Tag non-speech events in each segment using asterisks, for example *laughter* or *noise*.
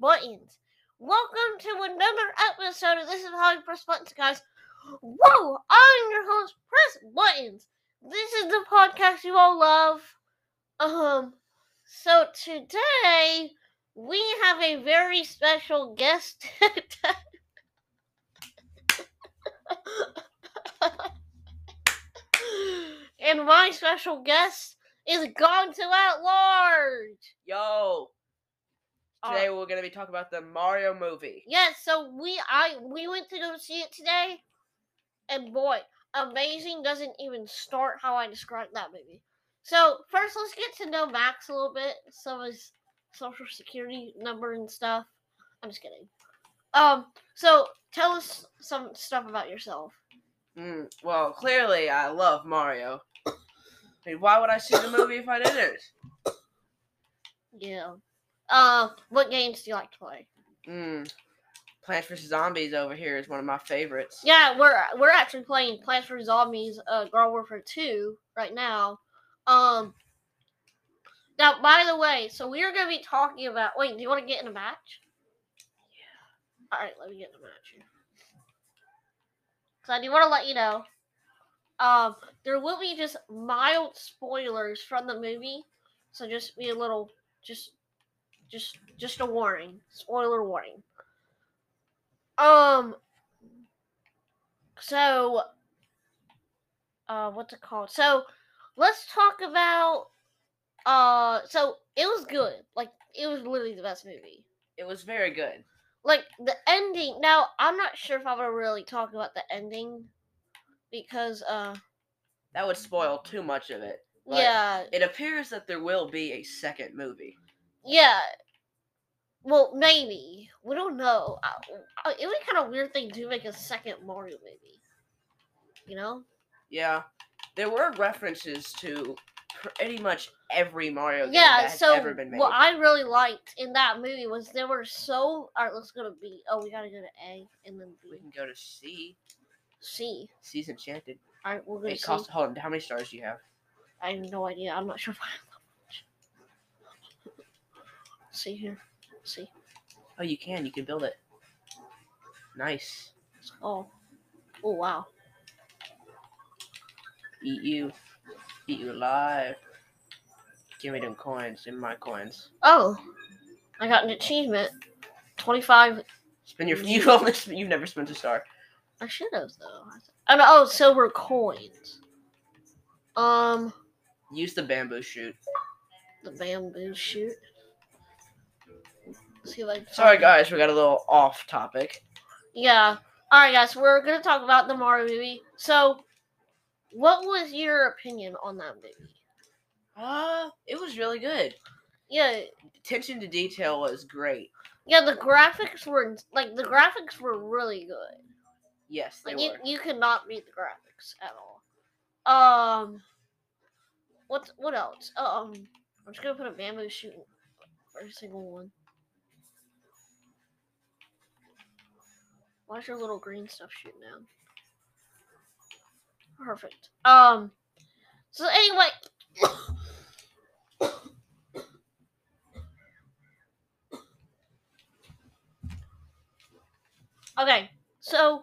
Titans. Welcome to another episode of This is Holly Press Buttons, guys. Whoa! I'm your host, Press Buttons. This is the podcast you all love. Um, so today we have a very special guest. *laughs* and my special guest is Gone to At Large. Yo, Uh, today we're gonna be talking about the Mario movie. Yeah, so we I we went to go see it today, and boy, amazing doesn't even start how I described that movie. So first, let's get to know Max a little bit, some of his social security number and stuff. I'm just kidding. Um, so tell us some stuff about yourself. Mm, well, clearly I love Mario. I mean, why would I see the movie if I didn't? Yeah. Uh, what games do you like to play? Mm, Plants vs Zombies over here is one of my favorites. Yeah, we're we're actually playing Plants vs Zombies, uh, Garden Warfare Two right now. Um. Now, by the way, so we are going to be talking about. Wait, do you want to get in a match? Yeah. All right, let me get in a match here. Because I do want to let you know, um, there will be just mild spoilers from the movie, so just be a little, just, just, just a warning, spoiler warning. Um, so uh what's it called so let's talk about uh so it was good like it was literally the best movie It was very good. like the ending now i'm not sure if i'm gonna really talk about the ending because uh That would spoil too much of it. But yeah It appears that there will be a second movie. yeah well maybe we don't know I, I, it would be kind of weird thing to make a second mario movie you know Yeah, there were references to pretty much every Mario game yeah that has so ever been made. what i really liked in that movie was there were so all right let's go to b oh we gotta go to a and then we b can go to C. c C's enchanted. all right we're gonna It see costs. Hold on. How many stars do you have? i have no idea i'm not sure *laughs* if i have that much see here see Oh, you can. You can build it. Nice. oh oh wow Eat you. Eat you alive. Give me them coins. Give me my coins. oh i got an achievement 25 Spend your. *laughs* You've only. sp- You've never spent a star. i should have though and oh silver coins um Use the bamboo shoot. the bamboo shoot Let's see if I can Sorry find- guys, we got a little off topic. Yeah. All right, guys. We're gonna talk about the Mario movie. So, what was your opinion on that movie? Uh, it was really good. Yeah, Attention to detail was great. yeah. The graphics were ins- like the graphics were really good. Yes, they Like you, were. you could not beat the graphics at all. Um, what's what else? Um, I'm just gonna put a bamboo shoot in every single one. Why's your little green stuff shooting down? Perfect. Um, so anyway. *coughs* Okay, so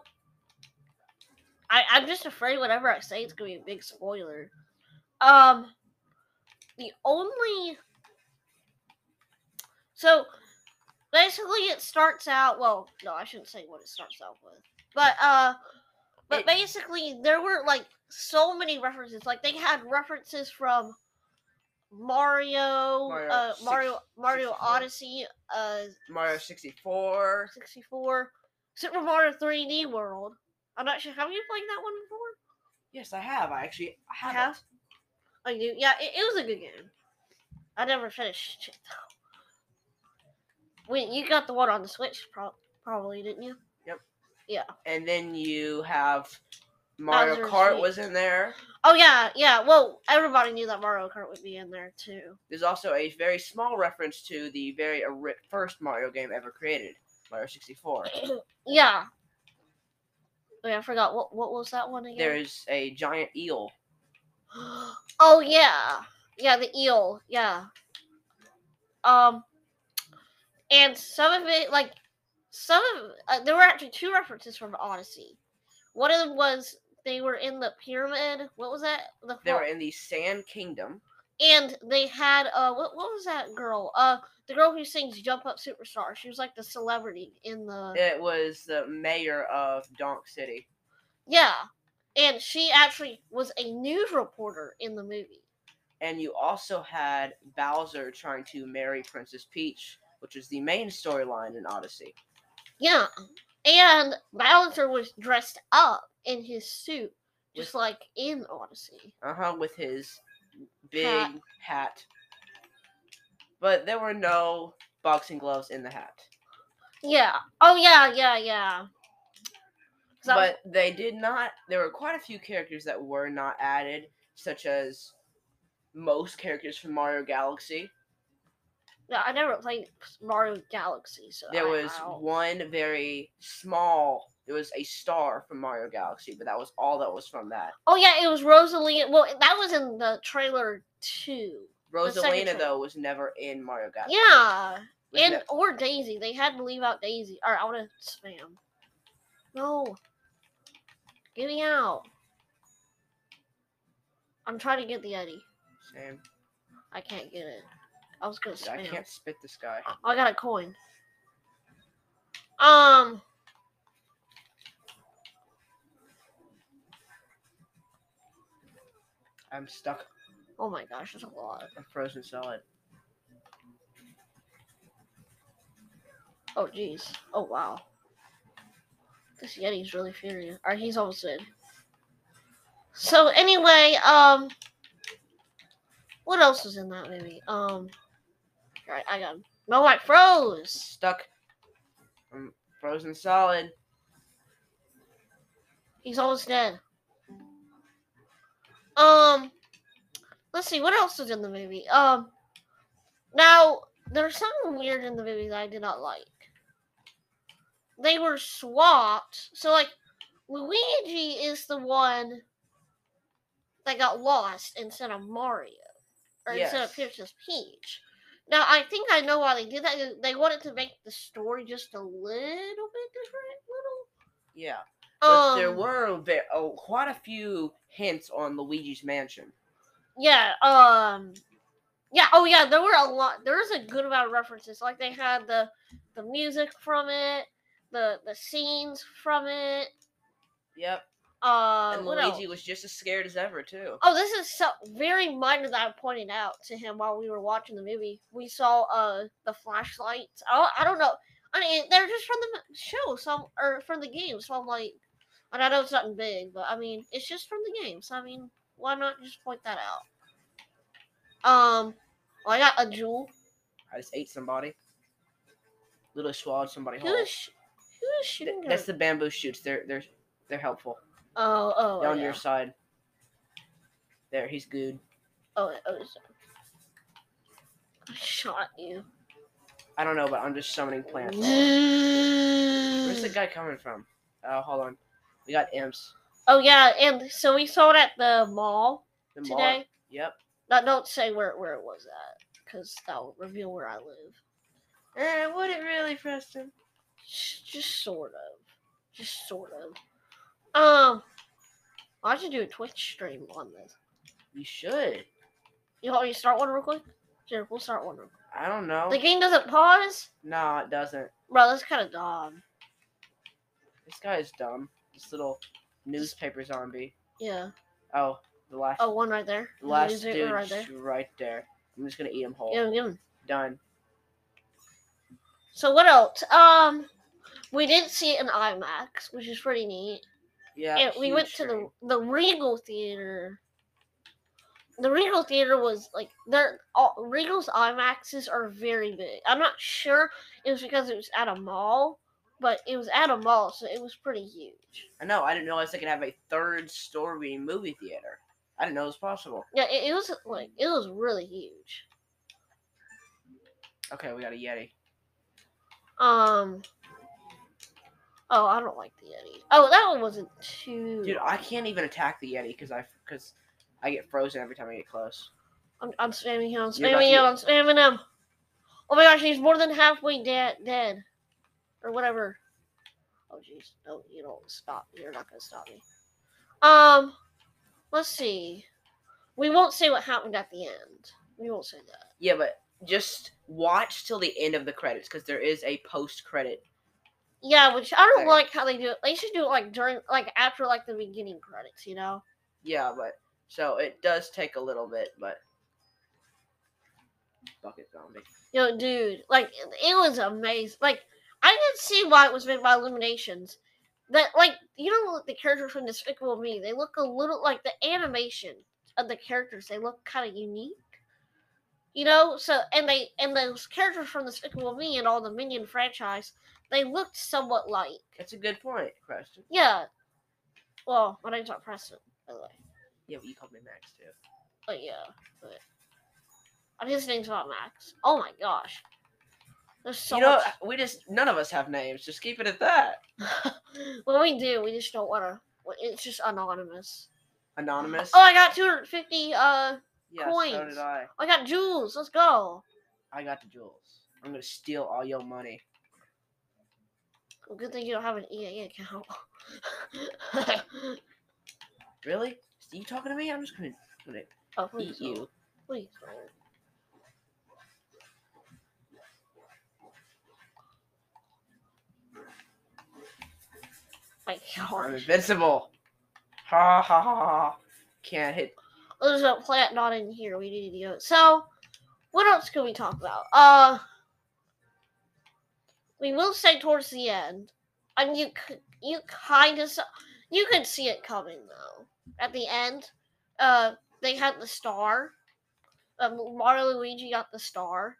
I, I'm just afraid whenever I say it's gonna be a big spoiler. Um the only so basically it starts out well no I shouldn't say what it starts out with. But uh but It- basically there were like so many references. Like they had references from Mario, Mario uh, six- Mario Mario 64. Odyssey, uh Mario 64. 64, Super Mario 3D World. I'm not sure. Have you played that one before? Yes, I have. I actually I have. have? I Oh, do. Yeah, it, it was a good game. I never finished it though. Wait, you got the one on the Switch, prob- probably, didn't you? it. And then you have Mario Bowser's Kart Fury. was in there. Oh yeah, yeah. Well, everybody knew that Mario Kart would be in there too. There's also a very small reference to the very ori- first Mario game ever created, Mario 64. *laughs* yeah. Wait, I forgot. What what was that one again? There's a giant eel. oh yeah, yeah, the eel, yeah. Um, and some of it like some of uh, there were actually two references from Odyssey. One of them was they were in the pyramid. What was that? The They fa- were in the Sand Kingdom. and they had uh what what was that girl? Uh the girl who sings Jump Up Superstar. She was like the celebrity in the It was the mayor of Donk City. Yeah. And she actually was a news reporter in the movie. And you also had Bowser trying to marry Princess Peach, which is the main storyline in Odyssey. Yeah. And Balancer was dressed up in his suit, just like in Odyssey. Uh huh, with his big Hat. hat. But there were no boxing gloves in the hat. Yeah. Oh yeah, yeah, yeah. 'Cause I was- but they did not. There were quite a few characters that were not added, such as most characters from Mario Galaxy. yeah, I never played Mario Galaxy, so There I- was I don't- one very small. There was a star from Mario Galaxy, but that was all that was from that. Oh yeah, it was Rosalina. Well, that was in the trailer too. second Rosalina trailer. though was never in Mario Galaxy. Yeah, Was and ne- or Daisy. They had to leave out Daisy. All right, I want to spam. No, get me out. I'm trying to get the Eddie. same. I can't get it. I was gonna Dude, I spam. can't spit this guy. I- I got a coin. Um. I'm stuck. Oh my gosh, there's a lot. I'm frozen solid. Oh jeez. Oh wow. This Yeti's really furious. Alright, he's almost dead. So anyway, um what else was in that movie? Um Alright, I got him. No, I froze. Stuck. I'm frozen solid. He's almost dead. Um let's see, what else was in the movie? Um now there's something weird in the movie that I did not like. They were swapped. So like Luigi is the one that got lost instead of Mario. Or instead of Yes. Princess Peach. Now I think I know why they did that. They- They wanted to make the story just a little bit different, little Yeah. But there Um, were ve- oh, quite a few hints on Luigi's Mansion. Yeah, um yeah, oh yeah, there were a lot there was a good amount of references. Like they had the the music from it, the the scenes from it. Yep. Uh and what Luigi else? was just as scared as ever too. Oh, this is so very minor that I pointed out to him while we were watching the movie. We saw uh the flashlights. Oh, I don't know. I mean, they're just from the show, some or from the game. So I'm like, and I know it's nothing big, but I mean, it's just from the game. So I mean, why not just point that out? Um, well, I got a jewel. I just ate somebody. Little swallowed somebody Who whole. is sh- who is shooting? Oh. That's her? the bamboo shoots. They're they're they're helpful. oh oh Down yeah. your side. There, he's good. oh oh. sorry. I shot you. I don't know, but I'm just *sighs* summoning plants. Where's the guy coming from? Oh, hold on. We got imps. Oh yeah, and so we saw it at the mall The mall- today. Yep. No, don't say where where it was at, because that'll reveal where I live. Eh, would it really, Preston? Just, just sort of, just sort of. Um, I should do a Twitch stream on this. You should. You want me to start one real quick? Sure, we'll start one. Real quick. I don't know. The game doesn't pause, No, it doesn't. bro. That's kind of dumb. This guy is dumb. This little newspaper zombie. Yeah. Oh, the last Oh, one right there. the last Loser dude right there. right there. I'm just gonna eat him whole. Yeah, give him. Done. So what else? Um, we did see it in IMAX, which is pretty neat. Yeah. and we went huge to the screen. the Regal Theater. The Regal Theater was like their all, Regal's IMAXs are very big. I'm not sure it was because it was at a mall, but it was at a mall, so it was pretty huge. I know. I didn't realize they could have a third story movie theater. I didn't know it was possible. Yeah, it, it was like it was really huge. Okay, we got a Yeti. Um. Oh, I don't like the Yeti. Oh, that one wasn't too. Dude, I can't even attack the Yeti because I because I get frozen every time I get close. I'm, I'm spamming him. I'm You're about to spamming him. get- I'm spamming him. Oh my gosh, he's more than halfway dead, dead, or whatever. Oh jeez, no, you don't stop. You're not gonna stop me. Um, let's see. We won't say what happened at the end. We won't say that. Yeah, but just watch till the end of the credits because there is a post credit. Yeah, which I don't Okay. like how they do it. They should do it like during, like after, like the beginning credits. You know. Yeah, but so it does take a little bit, but bucket zombie. Yo, dude, like it was amazing. Like I didn't see why it was made by Illuminations. That like you know like, the characters from Despicable Me, they look a little like the animation of the characters. They look kind of unique, you know. So and they and those characters from Despicable Me and all the Minion franchise, they looked somewhat like That's a good point, Preston. yeah. Well, my name's not Preston, by the way. Yeah, but you called me Max too. But yeah, but I his name's not Max. Oh my gosh, there's so you know, much. we just none of us have names. Just keep it at that. *laughs* when we do, we just don't want to. It's just anonymous. Anonymous. Oh, I got 250. Uh, yeah, so coins. did I. I got jewels. Let's go. I got the jewels. I'm gonna steal all your money. Well, good thing you don't have an EA account. *laughs* Really? Are you talking to me? I'm just gonna, gonna oh, please eat you. don't. Please don't. My I'm gosh. invincible. Ha ha ha ha. Can't hit. There's a plant not in here. We need to go. So, what else can we talk about? Uh, we will say towards the end. I mean, you c- you kind of you could see it coming though. At the end, uh, they had the star. Um, Mario and Luigi got the star,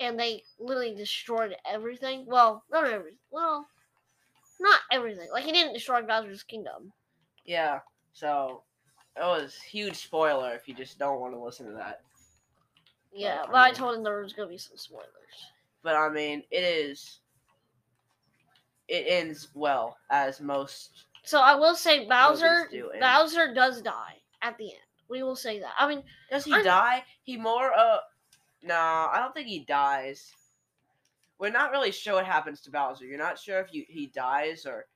and they literally destroyed everything. Well, not everything. Well, not everything. Like he didn't destroy Bowser's kingdom. Yeah. So that was huge spoiler if you just don't want to listen to that. Yeah, I but I mean- told him there was gonna be some spoilers. But I mean, it is. It ends well, as most. So I will say Bowser Movies do end. Bowser does die at the end. We will say that. I mean, Does he I'm- die? He more uh. Nah, I don't think he dies. We're not really sure what happens to Bowser. You're not sure if you, he dies or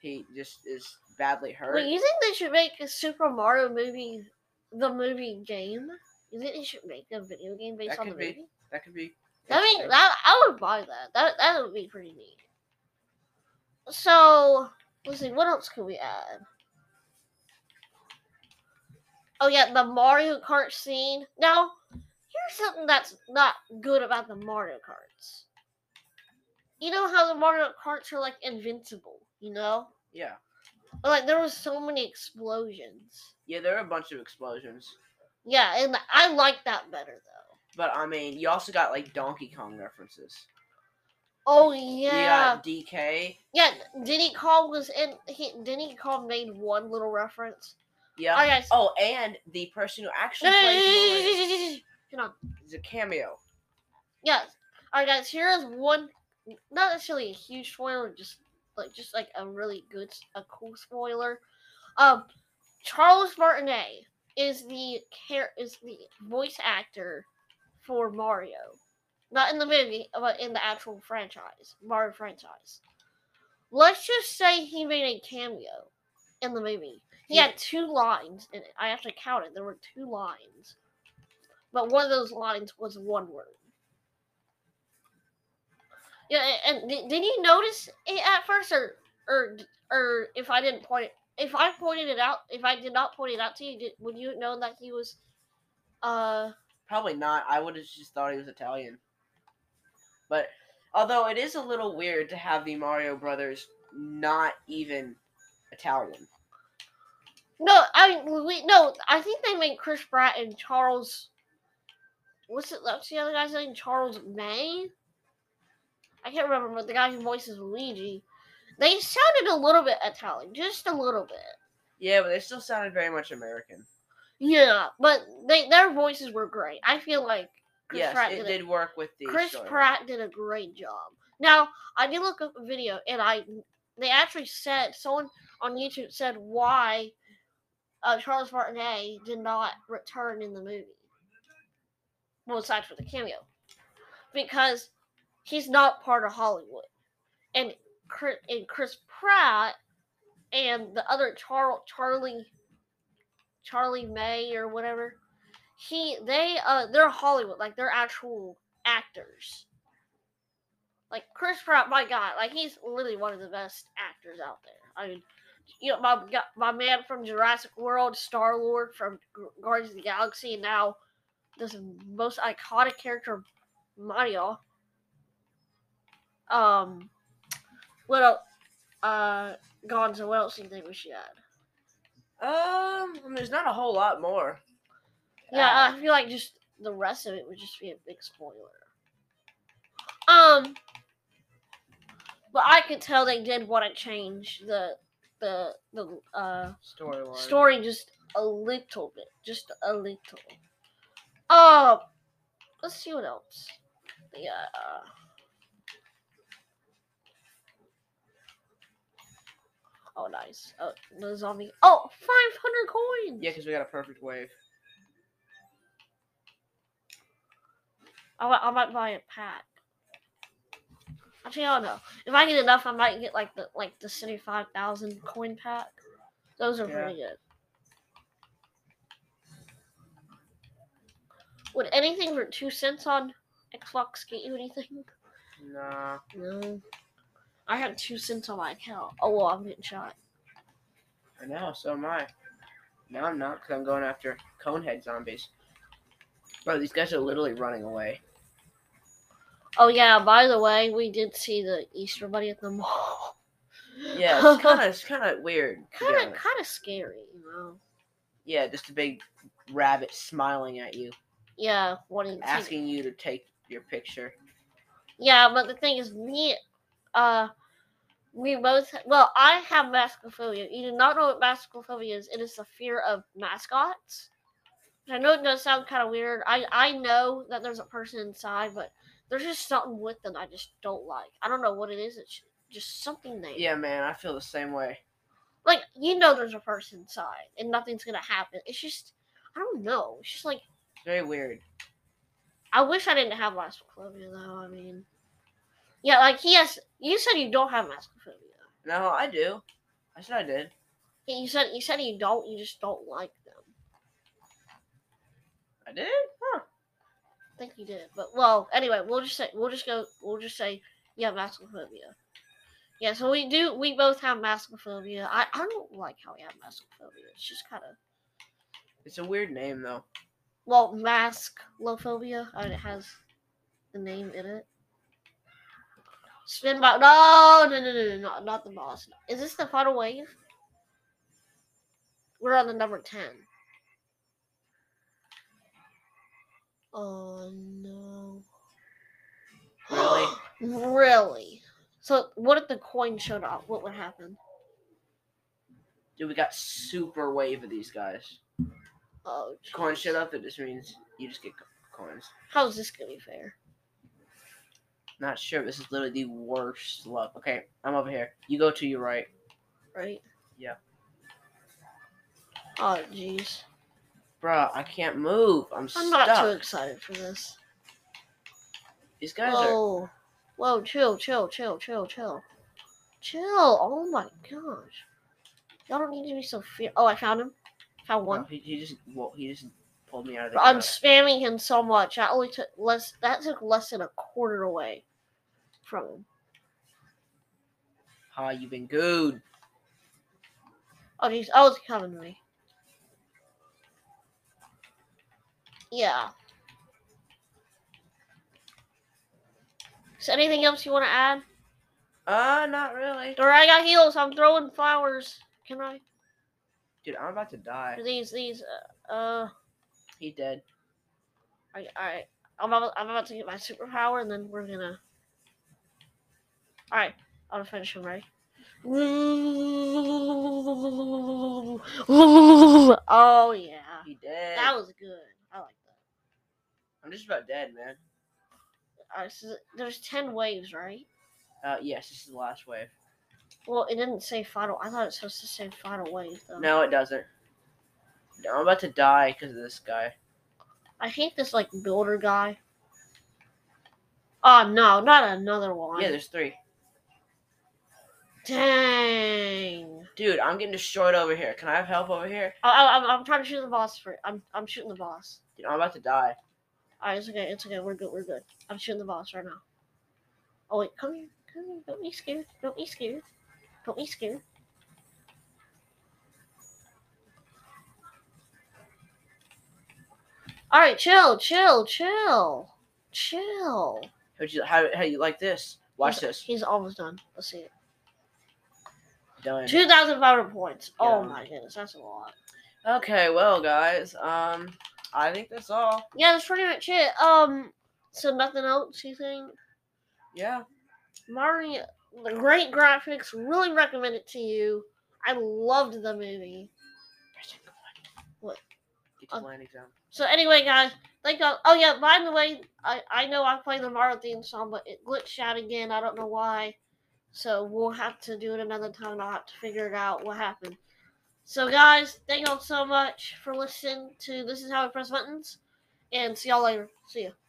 he just is badly hurt. wait, you think they should make a Super Mario movie the movie game? You think they should make a video game based That on the could be movie? that could be. I mean, interesting. that I would buy that. That that would be pretty neat. So let's see, what else could we add? Oh yeah, the Mario Kart scene. Now, here's something that's not good about the Mario Karts. You know how the Mario Karts are like invincible, you know? yeah. Like there was so many explosions. Yeah, there are a bunch of explosions. Yeah, and I like that better though. But I mean, you also got like Donkey Kong references. Oh Yeah. DK. Yeah, Diddy Kong was in. He, Diddy Kong made one little reference. Yeah. Alright, guys. Oh, and the person who actually No, no, no, plays no, no, no, no, Mario no, no, no, no, no. is a cameo. Yes. Alright, guys. Here is one. Not necessarily a huge spoiler, just like just like a really good, s- a cool spoiler. Um, Charles Martinet is the care is the voice actor for Mario, not in the movie, but in the actual franchise, Mario franchise. Let's just say he made a cameo in the movie. He Yeah. had two lines, and I actually counted. There were two lines, but one of those lines was one word. Yeah, a- and did, did you notice it at first, or or or if I didn't point it, if I pointed it out, if I did not point it out to you, did, would you know that he was, uh, Probably not. I would have just thought he was Italian. But although it is a little weird to have the Mario brothers not even Italian. no, I we, no, I think they made Chris Pratt and Charles. What's it? What's the other guy's name? Charles May. I can't remember, but the guy who voices Luigi, they sounded a little bit Italian, just a little bit. Yeah, but they still sounded very much American. Yeah, but they their voices were great. I feel like Chris yes, Pratt it did, a- did work with the Chris storyline. Pratt did a great job. Now I did look up a video, and I they actually said someone on YouTube said why uh, Charles Martinet did not return in the movie. Well, aside for the cameo, because he's not part of Hollywood. And Chris, and Chris Pratt and the other Char- Charlie Charlie May or whatever, he they uh they're Hollywood, like they're actual actors. Like Chris Pratt, my God, like he's literally one of the best actors out there. I mean, you know, my my man from Jurassic World, Star Lord from Guardians of the Galaxy, and now this most iconic character, Mario. Um, what else? Uh, Gonzo, what else do you think we should add? Um, I mean, there's not a whole lot more. Yeah, I feel like just the rest of it would just be a big spoiler. Um, but I could tell they did want to change the the the uh Storyline. story just a little bit, just a little. Um, let's see what else. Yeah. Oh, nice. Oh, the zombie. Oh, 500 coins. Yeah, because we got a perfect wave. I might, I might buy a pack. Actually, I don't know. If I get enough, I might get like the like the seventy five thousand coin pack. Those are Yeah. pretty good. Would anything for two cents on Xbox get you anything? Nah. No. I had two cents on my account. Oh well, I'm getting shot. I know, so am I. No, I'm not, because I'm going after conehead zombies. Bro, these guys are literally running *laughs* away. Oh yeah. By the way, we did see the Easter Bunny at the mall. *laughs* Yeah, it's kind of it's kind of weird. to be kind of honest. kind of scary, you know. Yeah, just a big rabbit smiling at you, Yeah, wanting to asking you to take your picture. Yeah, but the thing is, me, uh, we both. Well, I have mascophobia. You do not know what mascophobia is. It is the fear of mascots. I know it does sound kind of weird. I I know that there's a person inside, but there's just something with them I just don't like. I don't know what it is. It's just something there. Yeah, man, I feel the same way. Like you know, there's a person inside, and nothing's gonna happen. It's just I don't know. It's just like It's very weird. I wish I didn't have mascophobia though. I mean, yeah, like he has. You said you don't have mascophobia. No, I do. I said I did. Yeah, You said you said you don't. You just don't like them. I did? Huh. I think you did, but well, anyway, we'll just say we'll just go. We'll just say yeah, mascophobia. Yeah, so we do. We both have mascophobia. I I don't like how we have mascophobia. It's just kind of It's a weird name though. well, masclophobia. I mean, it has the name in it. Spin by no no no no no not, not the boss. Is this the final wave? We're on the number ten. Oh no! Really? *gasps* really? So what if the coin showed up? What would happen? Dude, we got super wave of these guys. Oh, Coin jeez. shit up, it just means you just get co- coins. How is this gonna be fair? Not sure. This is literally the worst luck. Okay, I'm over here. You go to your right. Right? Yeah. Oh, jeez. Bruh, I can't move. I'm, I'm stuck. not too excited for this. These guys are. Whoa. Whoa, chill, chill, chill, chill, chill. Chill. Oh my gosh. Y'all don't need to be so fear. Oh, I found him. Found Wow, one. Oh, he, he just well, he just pulled me out of the. Bro, I'm crowd. spamming him so much. I only took less. That took less than a quarter away from him. Ha, you been good. Oh, jeez. Oh, it's coming to me. Yeah. Is there anything else you want to add? Uh, not really. Or I got heals. I'm throwing flowers. Can I? Dude, I'm about to die. Or These, these, uh, uh He dead. I, I, I'm about, I'm about to get my superpower, and then we're gonna. All right, I'm gonna finish him right. Oh yeah, He dead. that was good. I like that. I'm just about dead, man. All right, so Uh, there's ten waves, right? Uh, yes, this is the last wave. Well, it didn't say final. I thought it was supposed to say final wave though. No, it doesn't. No, I'm about to die because of this guy. I hate this like builder guy. Oh no, not another one. Yeah, there's three. Dang. Dude, I'm getting destroyed over here. Can I have help over here? I, I, I'm, I'm trying to shoot the boss for. I'm I'm shooting the boss. Dude, I'm about to die. All right, it's okay. It's okay. We're good. We're good. I'm shooting the boss right now. Oh wait, come here. Come here. Don't be scared. Don't be scared. Don't be scared. All right, chill, chill, chill, chill. How'd you, how how you like this? Watch he's, this. He's almost done. Let's see it. Done. Two thousand five hundred points. Oh Yeah. my goodness, that's a lot. Okay, well, guys, um, I think that's all. Yeah, that's pretty much it. Um, so nothing else you think? Yeah. Mario, the great graphics. Really recommend it to you. I loved the movie. What? Get to Uh, landing zone. So anyway, guys, thank you. Oh yeah, by the way, I I know I played the Mario theme song, but it glitched out again. I don't know why. So we'll have to do it another time. I'll have to figure it out what happened. So guys, thank y'all so much for listening to This Is How We Press Buttons, and see y'all later. See ya.